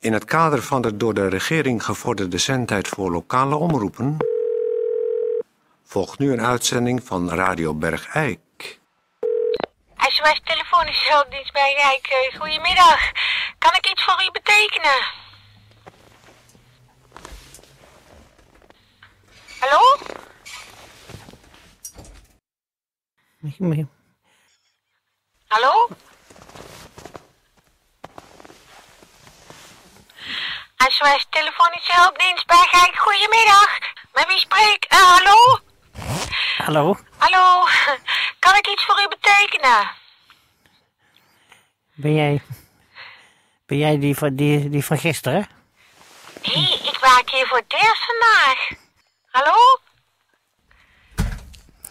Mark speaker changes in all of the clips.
Speaker 1: In het kader van de door de regering gevorderde zendtijd voor lokale omroepen volgt nu een uitzending van Radio Bergijk.
Speaker 2: SOS Telefonische Hulpdienst bij Rijk. Eh, Goedemiddag. Kan ik iets voor u betekenen? Hallo? Hallo? SOS Telefonische Hulpdienst bij Rijk. Goedemiddag. Met wie spreek ik? Eh, hallo?
Speaker 3: Hallo,
Speaker 2: Hallo? Kan ik iets voor u betekenen?
Speaker 3: ben jij, ben jij die, van, die, die van gisteren?
Speaker 2: Hé, ik waak hier voor het eerst vandaag. Hallo?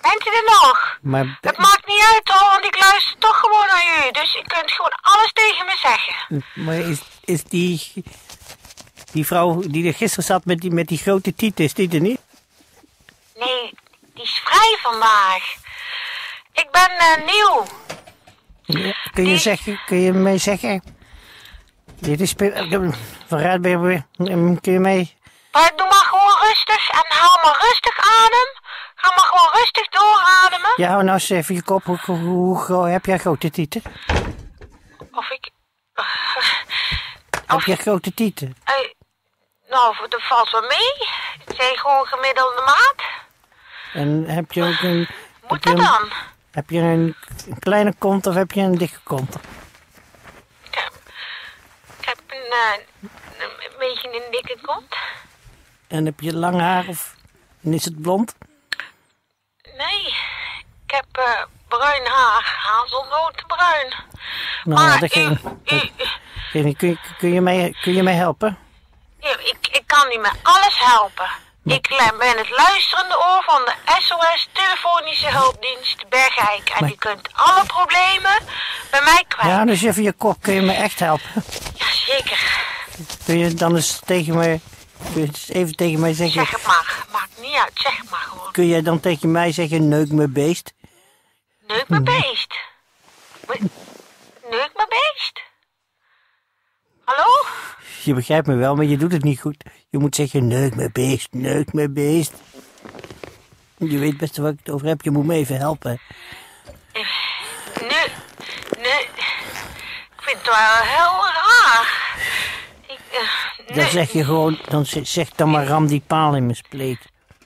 Speaker 2: Bent u er nog?
Speaker 3: Maar
Speaker 2: Het maakt niet uit hoor, want ik luister toch gewoon naar u. Dus u kunt gewoon alles tegen me zeggen.
Speaker 3: Maar is, is die, die vrouw die er gisteren zat met die, met die grote tieten, is die er niet?
Speaker 2: Nee, die is vrij vandaag. Ik ben eh, nieuw.
Speaker 3: Kun je,
Speaker 2: Die-
Speaker 3: zeggen, kun je mij zeggen? Dit is spe- vooruit ben je weer- mm, Kun je mij...
Speaker 2: Maar doe maar gewoon rustig en haal maar rustig adem. Ga maar gewoon rustig doorademen.
Speaker 3: Ja, hou nou eens even je kop. Hoe, hoe, hoe gro- heb jij grote tieten?
Speaker 2: Of ik...
Speaker 3: Heb jij grote tieten?
Speaker 2: eh, nou, dat valt wel mee. Het zijn gewoon gemiddelde maat.
Speaker 3: En heb je ook een...
Speaker 2: Moet
Speaker 3: heb je
Speaker 2: dat
Speaker 3: een-
Speaker 2: dan?
Speaker 3: Heb je een, een kleine kont of heb je een dikke kont?
Speaker 2: Ik heb, ik heb een, eh, een, een beetje een dikke kont.
Speaker 3: En heb je lang haar of... En is het blond?
Speaker 2: Nee, ik heb eh, bruin haar, hazelnotenbruin.
Speaker 3: Nou ja,
Speaker 2: maar
Speaker 3: dat
Speaker 2: u,
Speaker 3: ging-
Speaker 2: u,
Speaker 3: Geef niet, Kun, je- kun, je mij, kun je mij helpen?
Speaker 2: u- ik, ik kan u met alles helpen. Ik le- ben het luisterende oor van de SOS Telefonische Hulpdienst Bergijk. En
Speaker 3: Maar-
Speaker 2: u kunt alle problemen bij mij kwijt.
Speaker 3: Ja, dus even je kop. Kun je me echt helpen?
Speaker 2: Jazeker,
Speaker 3: Kun je dan eens tegen mij... Kun je eens even tegen mij zeggen...
Speaker 2: zeg het maar. Maakt niet uit, zeg het maar gewoon.
Speaker 3: Kun jij dan tegen mij zeggen, neuk me beest?
Speaker 2: Neuk mijn beest. Me- Neuk mijn beest. Hallo?
Speaker 3: Je begrijpt me wel, maar je doet het niet goed. Je moet zeggen, neuk me beest, neuk me beest. Je weet best waar ik het over heb. Je moet me even helpen.
Speaker 2: Nu, nu. Ik vind het wel heel raar. Ik, eh,
Speaker 3: Dan
Speaker 2: nu-
Speaker 3: zeg je gewoon... Dan z- zeg dan maar ram die paal in mijn spleet.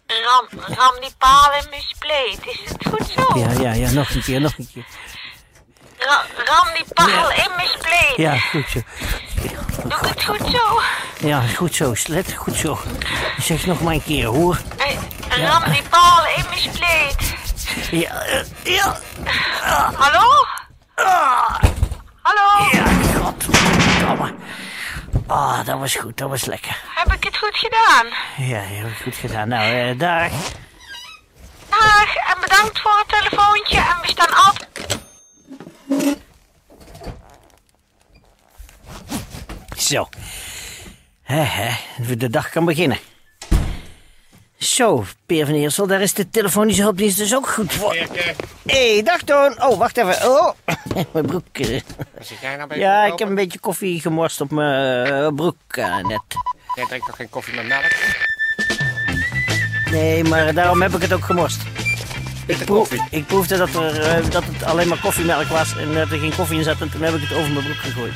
Speaker 2: Ram, ram die paal in mijn spleet. Is het goed zo?
Speaker 3: Ja, ja, ja. Nog een keer, nog een keer.
Speaker 2: Ra- ram die paal in mijn spleet.
Speaker 3: Ja, goed zo.
Speaker 2: Doe ik het goed zo?
Speaker 3: Ja, goed zo, slet. Goed zo. Zeg het nog maar een keer, hoor.
Speaker 2: Eh, Ram die paal in mijn spleet.
Speaker 3: Ja, eh, ja.
Speaker 2: Hallo? Hallo?
Speaker 3: Ja, ah, godverdomme. Ah, dat was goed, dat was lekker.
Speaker 2: Heb ik het goed gedaan?
Speaker 3: Ja, heel goed gedaan. Nou, eh, daar.
Speaker 2: Dag en bedankt voor het telefoontje en we staan altijd...
Speaker 3: Zo. Hè, hè, de dag kan beginnen. Zo, Peer van Eersel, daar is de telefonische hulpdienst dus ook goed voor. Hé, hey, dag Toon. Oh, wacht even. Oh, mijn broek. eh.
Speaker 4: Zit jij nou bij
Speaker 3: Ja, ik heb een beetje koffie gemorst op mijn eh, broek eh, net.
Speaker 4: Jij drinkt toch geen koffie met melk? Eh,
Speaker 3: Nee, maar daarom heb ik het ook gemorst.
Speaker 4: Witte
Speaker 3: Proef,
Speaker 4: koffie.
Speaker 3: ik proefde dat, er, eh, dat het alleen maar koffiemelk was en dat er geen koffie in zat. En toen heb ik het over mijn broek gegooid.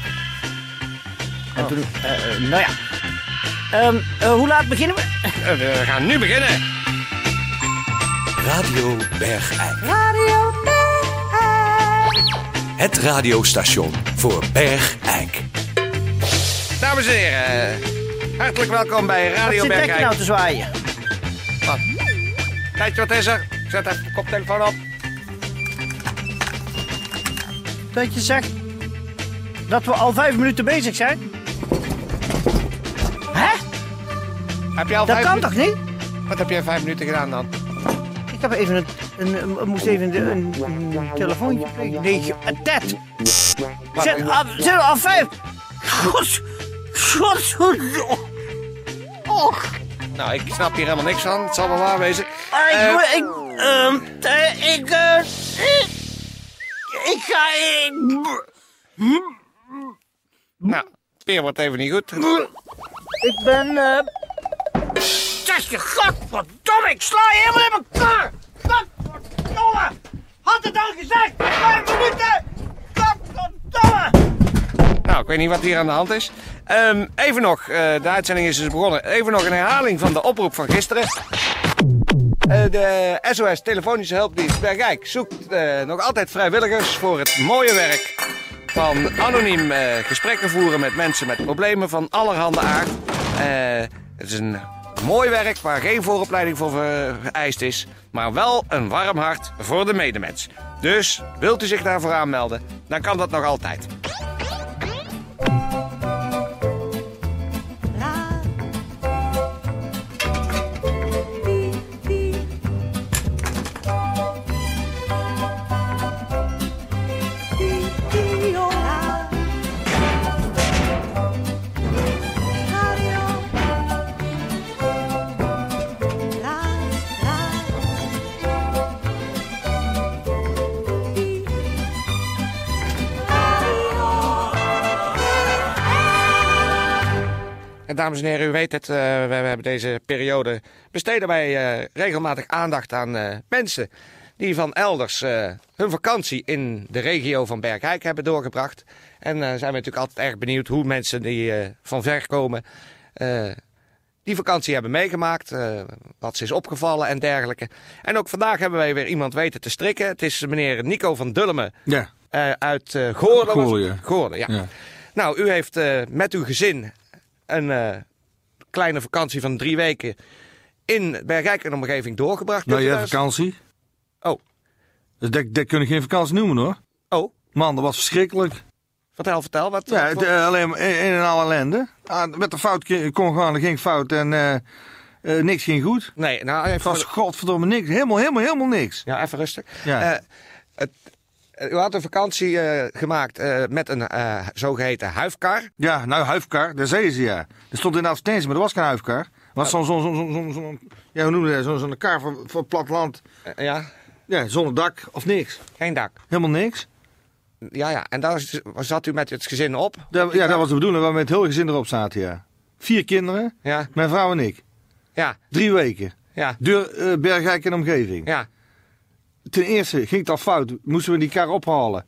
Speaker 3: En toen, eh, eh, nou ja. Ehm, eh, hoe laat beginnen we?
Speaker 4: Eh, We gaan nu beginnen.
Speaker 5: Radio Bergijk. Radio Het radiostation voor Bergijk.
Speaker 4: Dames en heren, eh, hartelijk welkom bij
Speaker 3: Wat
Speaker 4: Radio
Speaker 3: zit Bekker nou
Speaker 4: Bergijk.
Speaker 3: te zwaaien?
Speaker 4: Wat? Kijk, wat is er? Ik Zet even de koptelefoon op.
Speaker 3: Dat je zegt dat we al vijf minuten bezig zijn? Hè?
Speaker 4: Heb je al
Speaker 3: Dat
Speaker 4: vijf
Speaker 3: kan
Speaker 4: minu-
Speaker 3: toch niet?
Speaker 4: Wat heb jij vijf minuten gedaan dan?
Speaker 3: Ik heb even een, een, een- moest even een, een, een telefoontje plegen. Nee, een tet.
Speaker 4: Wat?
Speaker 3: Zet af, zet af vijf. Gods, gods, Och,
Speaker 4: Nou, ik snap hier helemaal niks van. Het zal wel waar wezen.
Speaker 3: ik,
Speaker 4: Eh,
Speaker 3: moet- ik, ehm, eh, ik, eh, ik, ik ga, ik,
Speaker 4: nou, Peer wordt even niet goed.
Speaker 6: Ik ben. eh,
Speaker 7: Zeg je, godverdomme, ik sla je helemaal in elkaar! Godverdomme! Had het al gezegd! Vijf minuten! Godverdomme!
Speaker 4: Nou, ik weet niet wat hier aan de hand is. Ehm, even nog, eh, de uitzending is dus begonnen. Even nog een herhaling van de oproep van gisteren. Eh, de SOS Telefonische Hulpdienst Bergijk zoekt eh, nog altijd vrijwilligers voor het mooie werk van anoniem eh, gesprekken voeren met mensen met problemen van allerhande aard. Eh, het is een mooi werk waar geen vooropleiding voor vereist is, maar wel een warm hart voor de medemens. Dus wilt u zich daarvoor aanmelden, dan kan dat nog altijd. En dames en heren, u weet het, eh, we, we hebben deze periode besteden wij eh, regelmatig aandacht aan eh, mensen die van elders eh, hun vakantie in de regio van Bergijk hebben doorgebracht. En eh, zijn we natuurlijk altijd erg benieuwd hoe mensen die eh, van ver komen eh, die vakantie hebben meegemaakt, eh, wat ze is opgevallen en dergelijke. En ook vandaag hebben wij weer iemand weten te strikken. Het is meneer Nico van Dulmen
Speaker 8: Ja.
Speaker 4: eh, uit eh Goorlen. was-
Speaker 8: Goorlen, ja.
Speaker 4: Goorlen, ja.
Speaker 8: Ja.
Speaker 4: Nou, u heeft eh, met uw gezin een eh, kleine vakantie van drie weken in Bergijk en omgeving doorgebracht.
Speaker 8: Nou,
Speaker 4: Wilt u
Speaker 8: jij
Speaker 4: daar eens-
Speaker 8: vakantie?
Speaker 4: Oh.
Speaker 8: Dus dat, dat kun je geen vakantie noemen hoor.
Speaker 4: Oh,
Speaker 8: Man, dat was verschrikkelijk.
Speaker 4: vertel, vertel. Wat,
Speaker 8: Ja,
Speaker 4: wat-
Speaker 8: het, eh, alleen maar een een en al ellende. Ah, met de fout ki- kon gaan, er ging fout en eh, eh, niks ging goed.
Speaker 4: nee, nou,
Speaker 8: Het
Speaker 4: even,
Speaker 8: was godverdomme niks. Helemaal, helemaal, helemaal niks.
Speaker 4: ja, even rustig.
Speaker 8: Ja.
Speaker 4: Eh, het, eh, u had een vakantie eh, gemaakt eh, met een eh, zogeheten huifkar.
Speaker 8: Ja, nou, huifkar, daar zeiden ze ja. Er stond in de advertentie, maar er was geen huifkar. Er was zo'n, zo'n, zo'n, zo'n, zo'n, zo'n- ja, hoe noemde je dat? Zo'n, zo'n kar van, van platteland.
Speaker 4: Eh, ja,
Speaker 8: Ja, zonder dak of niks.
Speaker 4: geen dak.
Speaker 8: Helemaal niks.
Speaker 4: Ja, ja. En daar z- zat u met het gezin op.
Speaker 8: Dat, ja, dat was de bedoeling waarmee het hele gezin erop zaten, ja. Vier kinderen,
Speaker 4: Ja,
Speaker 8: mijn vrouw en ik.
Speaker 4: ja,
Speaker 8: Drie weken.
Speaker 4: ja,
Speaker 8: Deur eh, Bergijk en omgeving.
Speaker 4: ja.
Speaker 8: Ten eerste ging het al fout. Moesten we die kar ophalen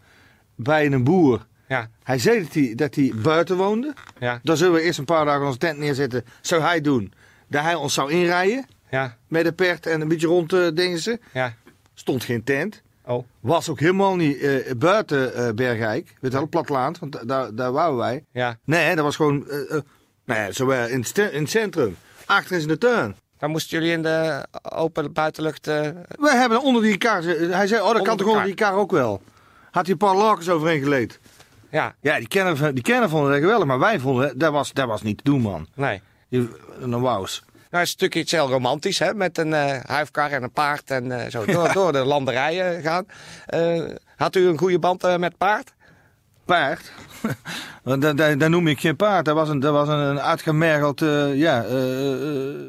Speaker 8: bij een boer.
Speaker 4: Ja,
Speaker 8: Hij zei dat hij, dat hij buiten woonde.
Speaker 4: ja,
Speaker 8: Dan zullen we eerst een paar dagen onze tent neerzetten. Zou hij doen. Dat hij ons zou inrijden.
Speaker 4: ja,
Speaker 8: Met een pert en een beetje rond eh, dingen ze.
Speaker 4: ja.
Speaker 8: Stond geen tent.
Speaker 4: Oh,
Speaker 8: Was ook helemaal niet eh, buiten eh, Bergijk. Weet wel, platteland. Want da- daar, daar wouden wij.
Speaker 4: ja.
Speaker 8: Nee, dat was gewoon... eh, eh, nou ja, zo eh, in, het st- in het centrum. Achter is in de tuin.
Speaker 4: Dan moesten jullie in de open buitenlucht. eh,
Speaker 8: We hebben onder die kar... Hij zei, oh, dat kan
Speaker 4: Onder de
Speaker 8: toch onder
Speaker 4: kar.
Speaker 8: die kar ook wel. Had hij een paar lakens overheen geleed.
Speaker 4: ja,
Speaker 8: Ja, die kennen, van- die kennen vonden dat geweldig, maar wij vonden dat was, dat was niet te doen, man.
Speaker 4: nee.
Speaker 8: Je- Een wauws.
Speaker 4: Nou, is het natuurlijk iets heel romantisch, hè? Met een eh, huifkar en een paard en eh, zo door, door de landerijen gaan. Eh, had u een goede band eh, met paard?
Speaker 8: Paard. Want dat, dat, dat noem ik geen paard. Dat was een, dat was een, een uitgemergeld. eh, ja, eh, eh,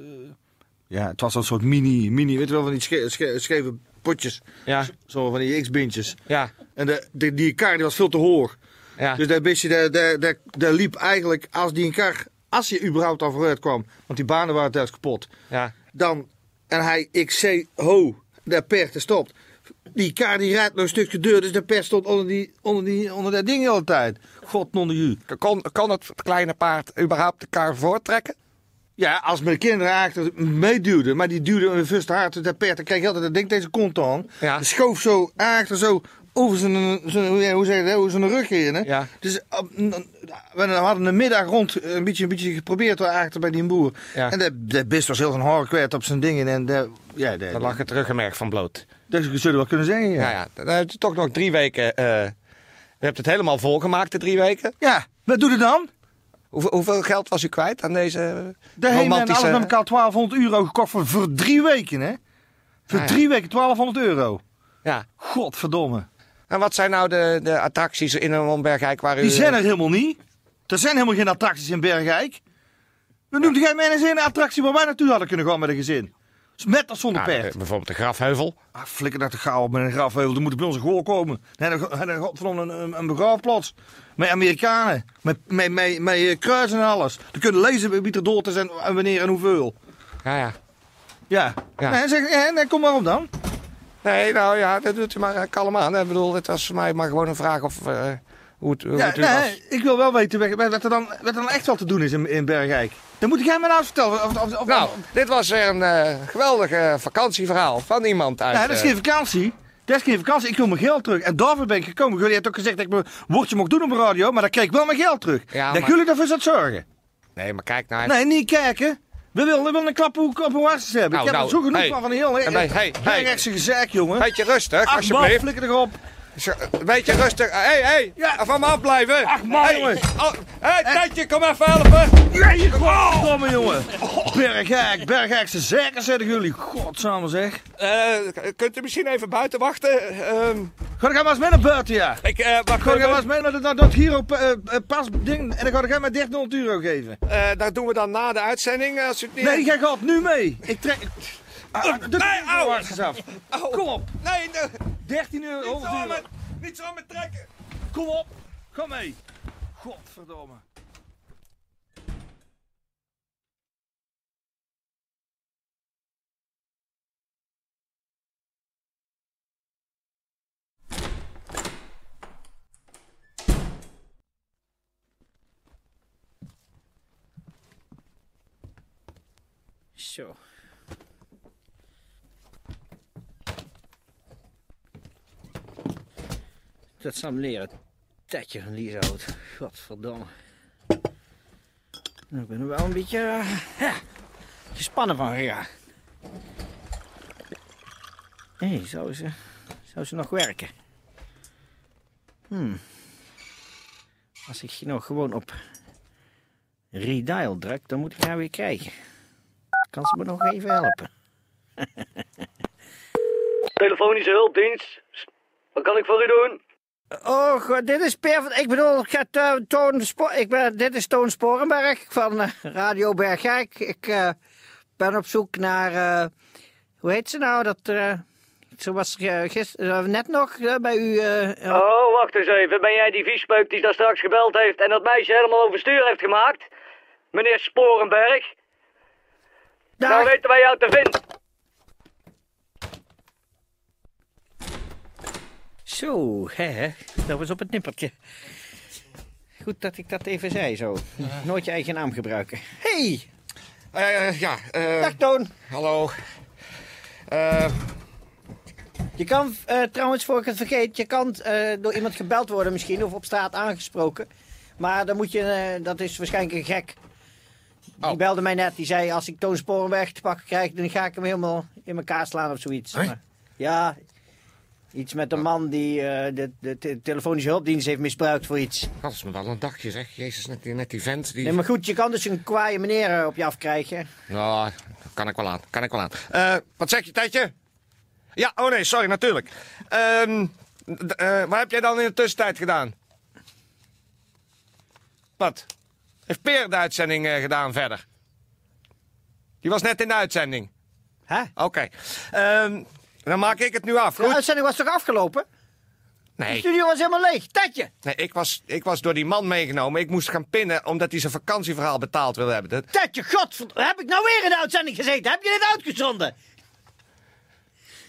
Speaker 8: ja, het was een soort mini. mini weet je wel, van die sche- sche- scheve potjes.
Speaker 4: Ja,
Speaker 8: Zo van die X-bintjes.
Speaker 4: ja,
Speaker 8: En de, de- die kar die was veel te hoog.
Speaker 4: ja.
Speaker 8: Dus dat beetje, daar, daar, daar, daar liep eigenlijk als die een kar. Als je überhaupt al vooruit kwam. Want die banen waren thuis kapot.
Speaker 4: ja.
Speaker 8: Dan, en hij, ik zei, ho, de pert is stopt. Die kar die rijdt nog een stukje deur, dus de pert stond onder, die, onder, die, onder dat ding altijd. God non de ju.
Speaker 4: Kon, kon het kleine paard überhaupt de kar voorttrekken?
Speaker 8: Ja, als mijn kinderen eigenlijk meeduwden, maar die duwden hun vust hard, dus dat pert, dan kreeg je altijd dat ding tegen zijn kont aan.
Speaker 4: Ja.
Speaker 8: Die schoof zo achter, zo over zijn, zijn hoe- ja, hoe zeg je dat, over zijn rug heen. Hè?
Speaker 4: Ja.
Speaker 8: Dus op- we hadden de middag rond eh, een beetje, een beetje geprobeerd te achter bij die boer.
Speaker 4: Ja.
Speaker 8: En dat, dat best was heel zijn haar kwijt op zijn dingen. En dat, ja, dat,
Speaker 4: Dan lag het ruggenmerg van bloot.
Speaker 8: dat zou je wel kunnen zeggen,
Speaker 4: Ja, ja. Dan heb je toch nog drie weken. eh u hebt het helemaal volgemaakt, de drie weken.
Speaker 8: Ja, wat doe je dan?
Speaker 4: Hoeveel, hoeveel geld was u kwijt aan deze
Speaker 8: De hele en alles
Speaker 4: romantische...
Speaker 8: met elkaar 1200 euro gekocht voor, voor drie weken, hè? Voor
Speaker 4: Ah, Ja, ja.
Speaker 8: drie weken 1200 euro.
Speaker 4: Ja.
Speaker 8: Godverdomme.
Speaker 4: En wat zijn nou de, de attracties in en om Bergijk waar u...
Speaker 8: Die zijn er helemaal niet. Er zijn helemaal geen attracties in Bergijk. We noemen jij mij eens een attractie waar wij naartoe hadden kunnen gaan met een gezin. Dus Met of zonder
Speaker 4: Nou, eh,
Speaker 8: pert.
Speaker 4: bijvoorbeeld de grafheuvel.
Speaker 8: Ah, flikker dat de gauw op met een grafheuvel. Er moet bij ons een goal komen. Nee, dan dan- dan- godverdomme een, een, een begraafplaats. Met Amerikanen. Met, met, met, met eh, kruis en alles. Dan kunnen lezen wie er dood is en, en wanneer en hoeveel.
Speaker 4: Ja, ja.
Speaker 8: Ja.
Speaker 4: Ja.
Speaker 8: Nee, zeg, eh, nee, kom maar op dan.
Speaker 4: Nee, nou ja, dat doet u maar eh, kalm aan. Ik bedoel, het was voor mij maar gewoon een vraag of eh, hoe het, hoe
Speaker 8: Ja,
Speaker 4: het u
Speaker 8: nee,
Speaker 4: was.
Speaker 8: ik wil wel weten wat- wat er, dan, wat er dan echt wel te doen is in, in Bergijk. Dan moet jij mij nou eens vertellen. Of, of, of-
Speaker 4: Nou, dit was weer een eh geweldige vakantieverhaal van iemand uit...
Speaker 8: nee, dat is
Speaker 4: eh,
Speaker 8: geen vakantie. Dat is geen vakantie. Ik wil mijn geld terug. En daarvoor ben ik gekomen. Jullie hebben ook gezegd dat ik mijn woordje mocht doen op de radio. Maar dan kreeg ik wel mijn geld terug.
Speaker 4: Ja,
Speaker 8: dat
Speaker 4: maar-
Speaker 8: jullie daarvoor zat zorgen.
Speaker 4: Nee, maar kijk nou even.
Speaker 8: Nee, niet kijken. We willen, we willen een klap op op hun hartjes hebben.
Speaker 4: Nou,
Speaker 8: ik heb
Speaker 4: nou,
Speaker 8: er zo genoeg
Speaker 4: hey.
Speaker 8: van van heel
Speaker 4: En bij- hey, hey.
Speaker 8: rechtse gezeik, jongen.
Speaker 4: Beetje rustig,
Speaker 8: Ach man,
Speaker 4: alsjeblieft.
Speaker 8: flikker erop.
Speaker 4: Zo, Een beetje rustig. Hé, hey, hé. Hey.
Speaker 8: Ja.
Speaker 4: Van me afblijven.
Speaker 8: Ach, man,
Speaker 4: Hey.
Speaker 8: jongen.
Speaker 4: Oh, hey, Tijtje, kom even helpen.
Speaker 8: Nee, godverdomme, jongen. Bergijk, Bergijkse zeker zeggen jullie. Godsamme zeg.
Speaker 4: Eh, kunt u misschien even buiten wachten? Ehm,
Speaker 8: Ga ik maar eens mee naar buiten, ja.
Speaker 4: ik, eh, wacht
Speaker 8: Ga ik maar
Speaker 4: even.
Speaker 8: eens mee naar dat, dat- dat Hero eh, eh, pas ding. En dan ga ik hem maar 300 euro geven.
Speaker 4: Eh, dat doen we dan na de uitzending. eh, Als u het niet...
Speaker 8: Nee, jij gaat nu mee. Ik trek... Ah, ah, doe
Speaker 4: nee,
Speaker 8: de
Speaker 4: au.
Speaker 8: hartjes af.
Speaker 4: Au.
Speaker 8: Kom op.
Speaker 4: Oh. Nee, nee,
Speaker 8: 13 euro,
Speaker 4: niet
Speaker 8: 100
Speaker 4: zo
Speaker 8: euro.
Speaker 4: met, niet zo met trekken.
Speaker 8: Kom op. Ga mee. Godverdomme.
Speaker 3: Zo. Dat zal hem leren. Tijdje van Lisa houdt. Godverdomme. Nou, ik ben er wel een beetje eh, ja, gespannen van, ja. Hé, zou, ze, zou ze nog werken? Hmm. Als ik nou gewoon op redial druk, dan moet ik haar weer krijgen. Kan ze me nog even helpen?
Speaker 9: Telefonische hulpdienst. Wat kan ik voor u doen?
Speaker 3: Oh, god, dit is Per van... Ik bedoel, ik, heb, eh, Toon Spo- ik ben, dit is Toon Sporenberg van eh, Radio Bergijk. Ik eh, ben op zoek naar... eh, hoe heet ze nou? Dat, eh, ze was gisteren, net nog eh, bij u... eh,
Speaker 9: Oh, wacht eens even. Ben jij die viespeuk die daar straks gebeld heeft en dat meisje helemaal overstuur heeft gemaakt? Meneer Sporenberg,
Speaker 3: daar-
Speaker 9: nou weten wij jou te vinden.
Speaker 3: Zo, hè, hè. dat was op het nippertje. Goed dat ik dat even zei zo. Nooit je eigen naam gebruiken. Hey,
Speaker 4: Eh, ja, eh,
Speaker 3: dag Toon.
Speaker 4: hallo. Eh,
Speaker 3: Je kan eh, trouwens, voor ik het vergeet, je kan eh, door iemand gebeld worden misschien of op straat aangesproken. Maar dan moet je, eh, dat is waarschijnlijk een gek. Die
Speaker 4: Oh.
Speaker 3: belde mij net, die zei als ik Toon Sporenberg te pakken krijg, dan ga ik hem helemaal in elkaar slaan of zoiets. Maar, ja, iets met een man die eh, de, de te- telefonische hulpdienst heeft misbruikt voor iets.
Speaker 4: dat is me wel een dagje zeg. Jezus, net die, net die vent. Die...
Speaker 3: Nee, maar goed, je kan dus een kwaaie meneer eh, op je afkrijgen.
Speaker 4: Nou, kan ik wel aan. Kan ik wel aan. Eh, wat zeg je, Tijdje? Ja, oh nee, sorry, natuurlijk. Ehm, d- eh, wat heb jij dan in de tussentijd gedaan? Wat? Heeft Peer de uitzending eh, gedaan verder? Die was net in de uitzending.
Speaker 3: Hè?
Speaker 4: Oké. Ehm, dan maak ik het nu af,
Speaker 3: De
Speaker 4: goed?
Speaker 3: uitzending was toch afgelopen? De
Speaker 4: Nee,
Speaker 3: studio was helemaal leeg. Tetje!
Speaker 4: nee ik, was, ik was door die man meegenomen. Ik moest gaan pinnen omdat hij zijn vakantieverhaal betaald wilde hebben. Dat-
Speaker 3: Tetje, godverd... Heb ik nou weer in de uitzending gezeten? Heb je dit uitgezonden?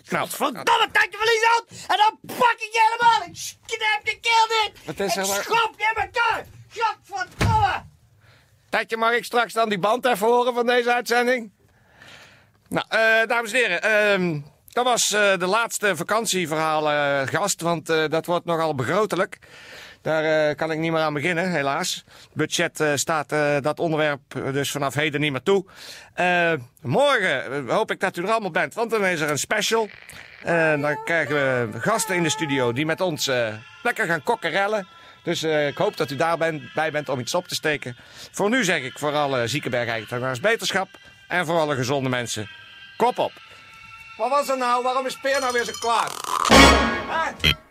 Speaker 4: Nou,
Speaker 3: Verdomme tandje verlies uit! En dan pak ik je helemaal! Ik knijp je keel
Speaker 4: Wat
Speaker 3: dit!
Speaker 4: is
Speaker 3: Ik
Speaker 4: er-
Speaker 3: schop je in elkaar! Godverdomme!
Speaker 4: Tijdje, mag ik straks dan die band even horen van deze uitzending? Nou, eh, dames en heren, ehm, dat was eh, de laatste vakantieverhaal eh, gast, want eh, dat wordt nogal begrotelijk. Daar eh, kan ik niet meer aan beginnen, helaas. Budget eh, staat eh, dat onderwerp eh, dus vanaf heden niet meer toe. Eh, morgen eh, hoop ik dat u er allemaal bent, want dan is er een special. En dan krijgen we gasten in de studio die met ons eh, lekker gaan kokkerellen. Dus eh, ik hoop dat u daar bent, bij bent om iets op te steken. Voor nu zeg ik voor alle zieke bergeigenaars beterschap. En voor alle gezonde mensen, kop op. Wat was er nou? Waarom is Peer nou weer zo klaar?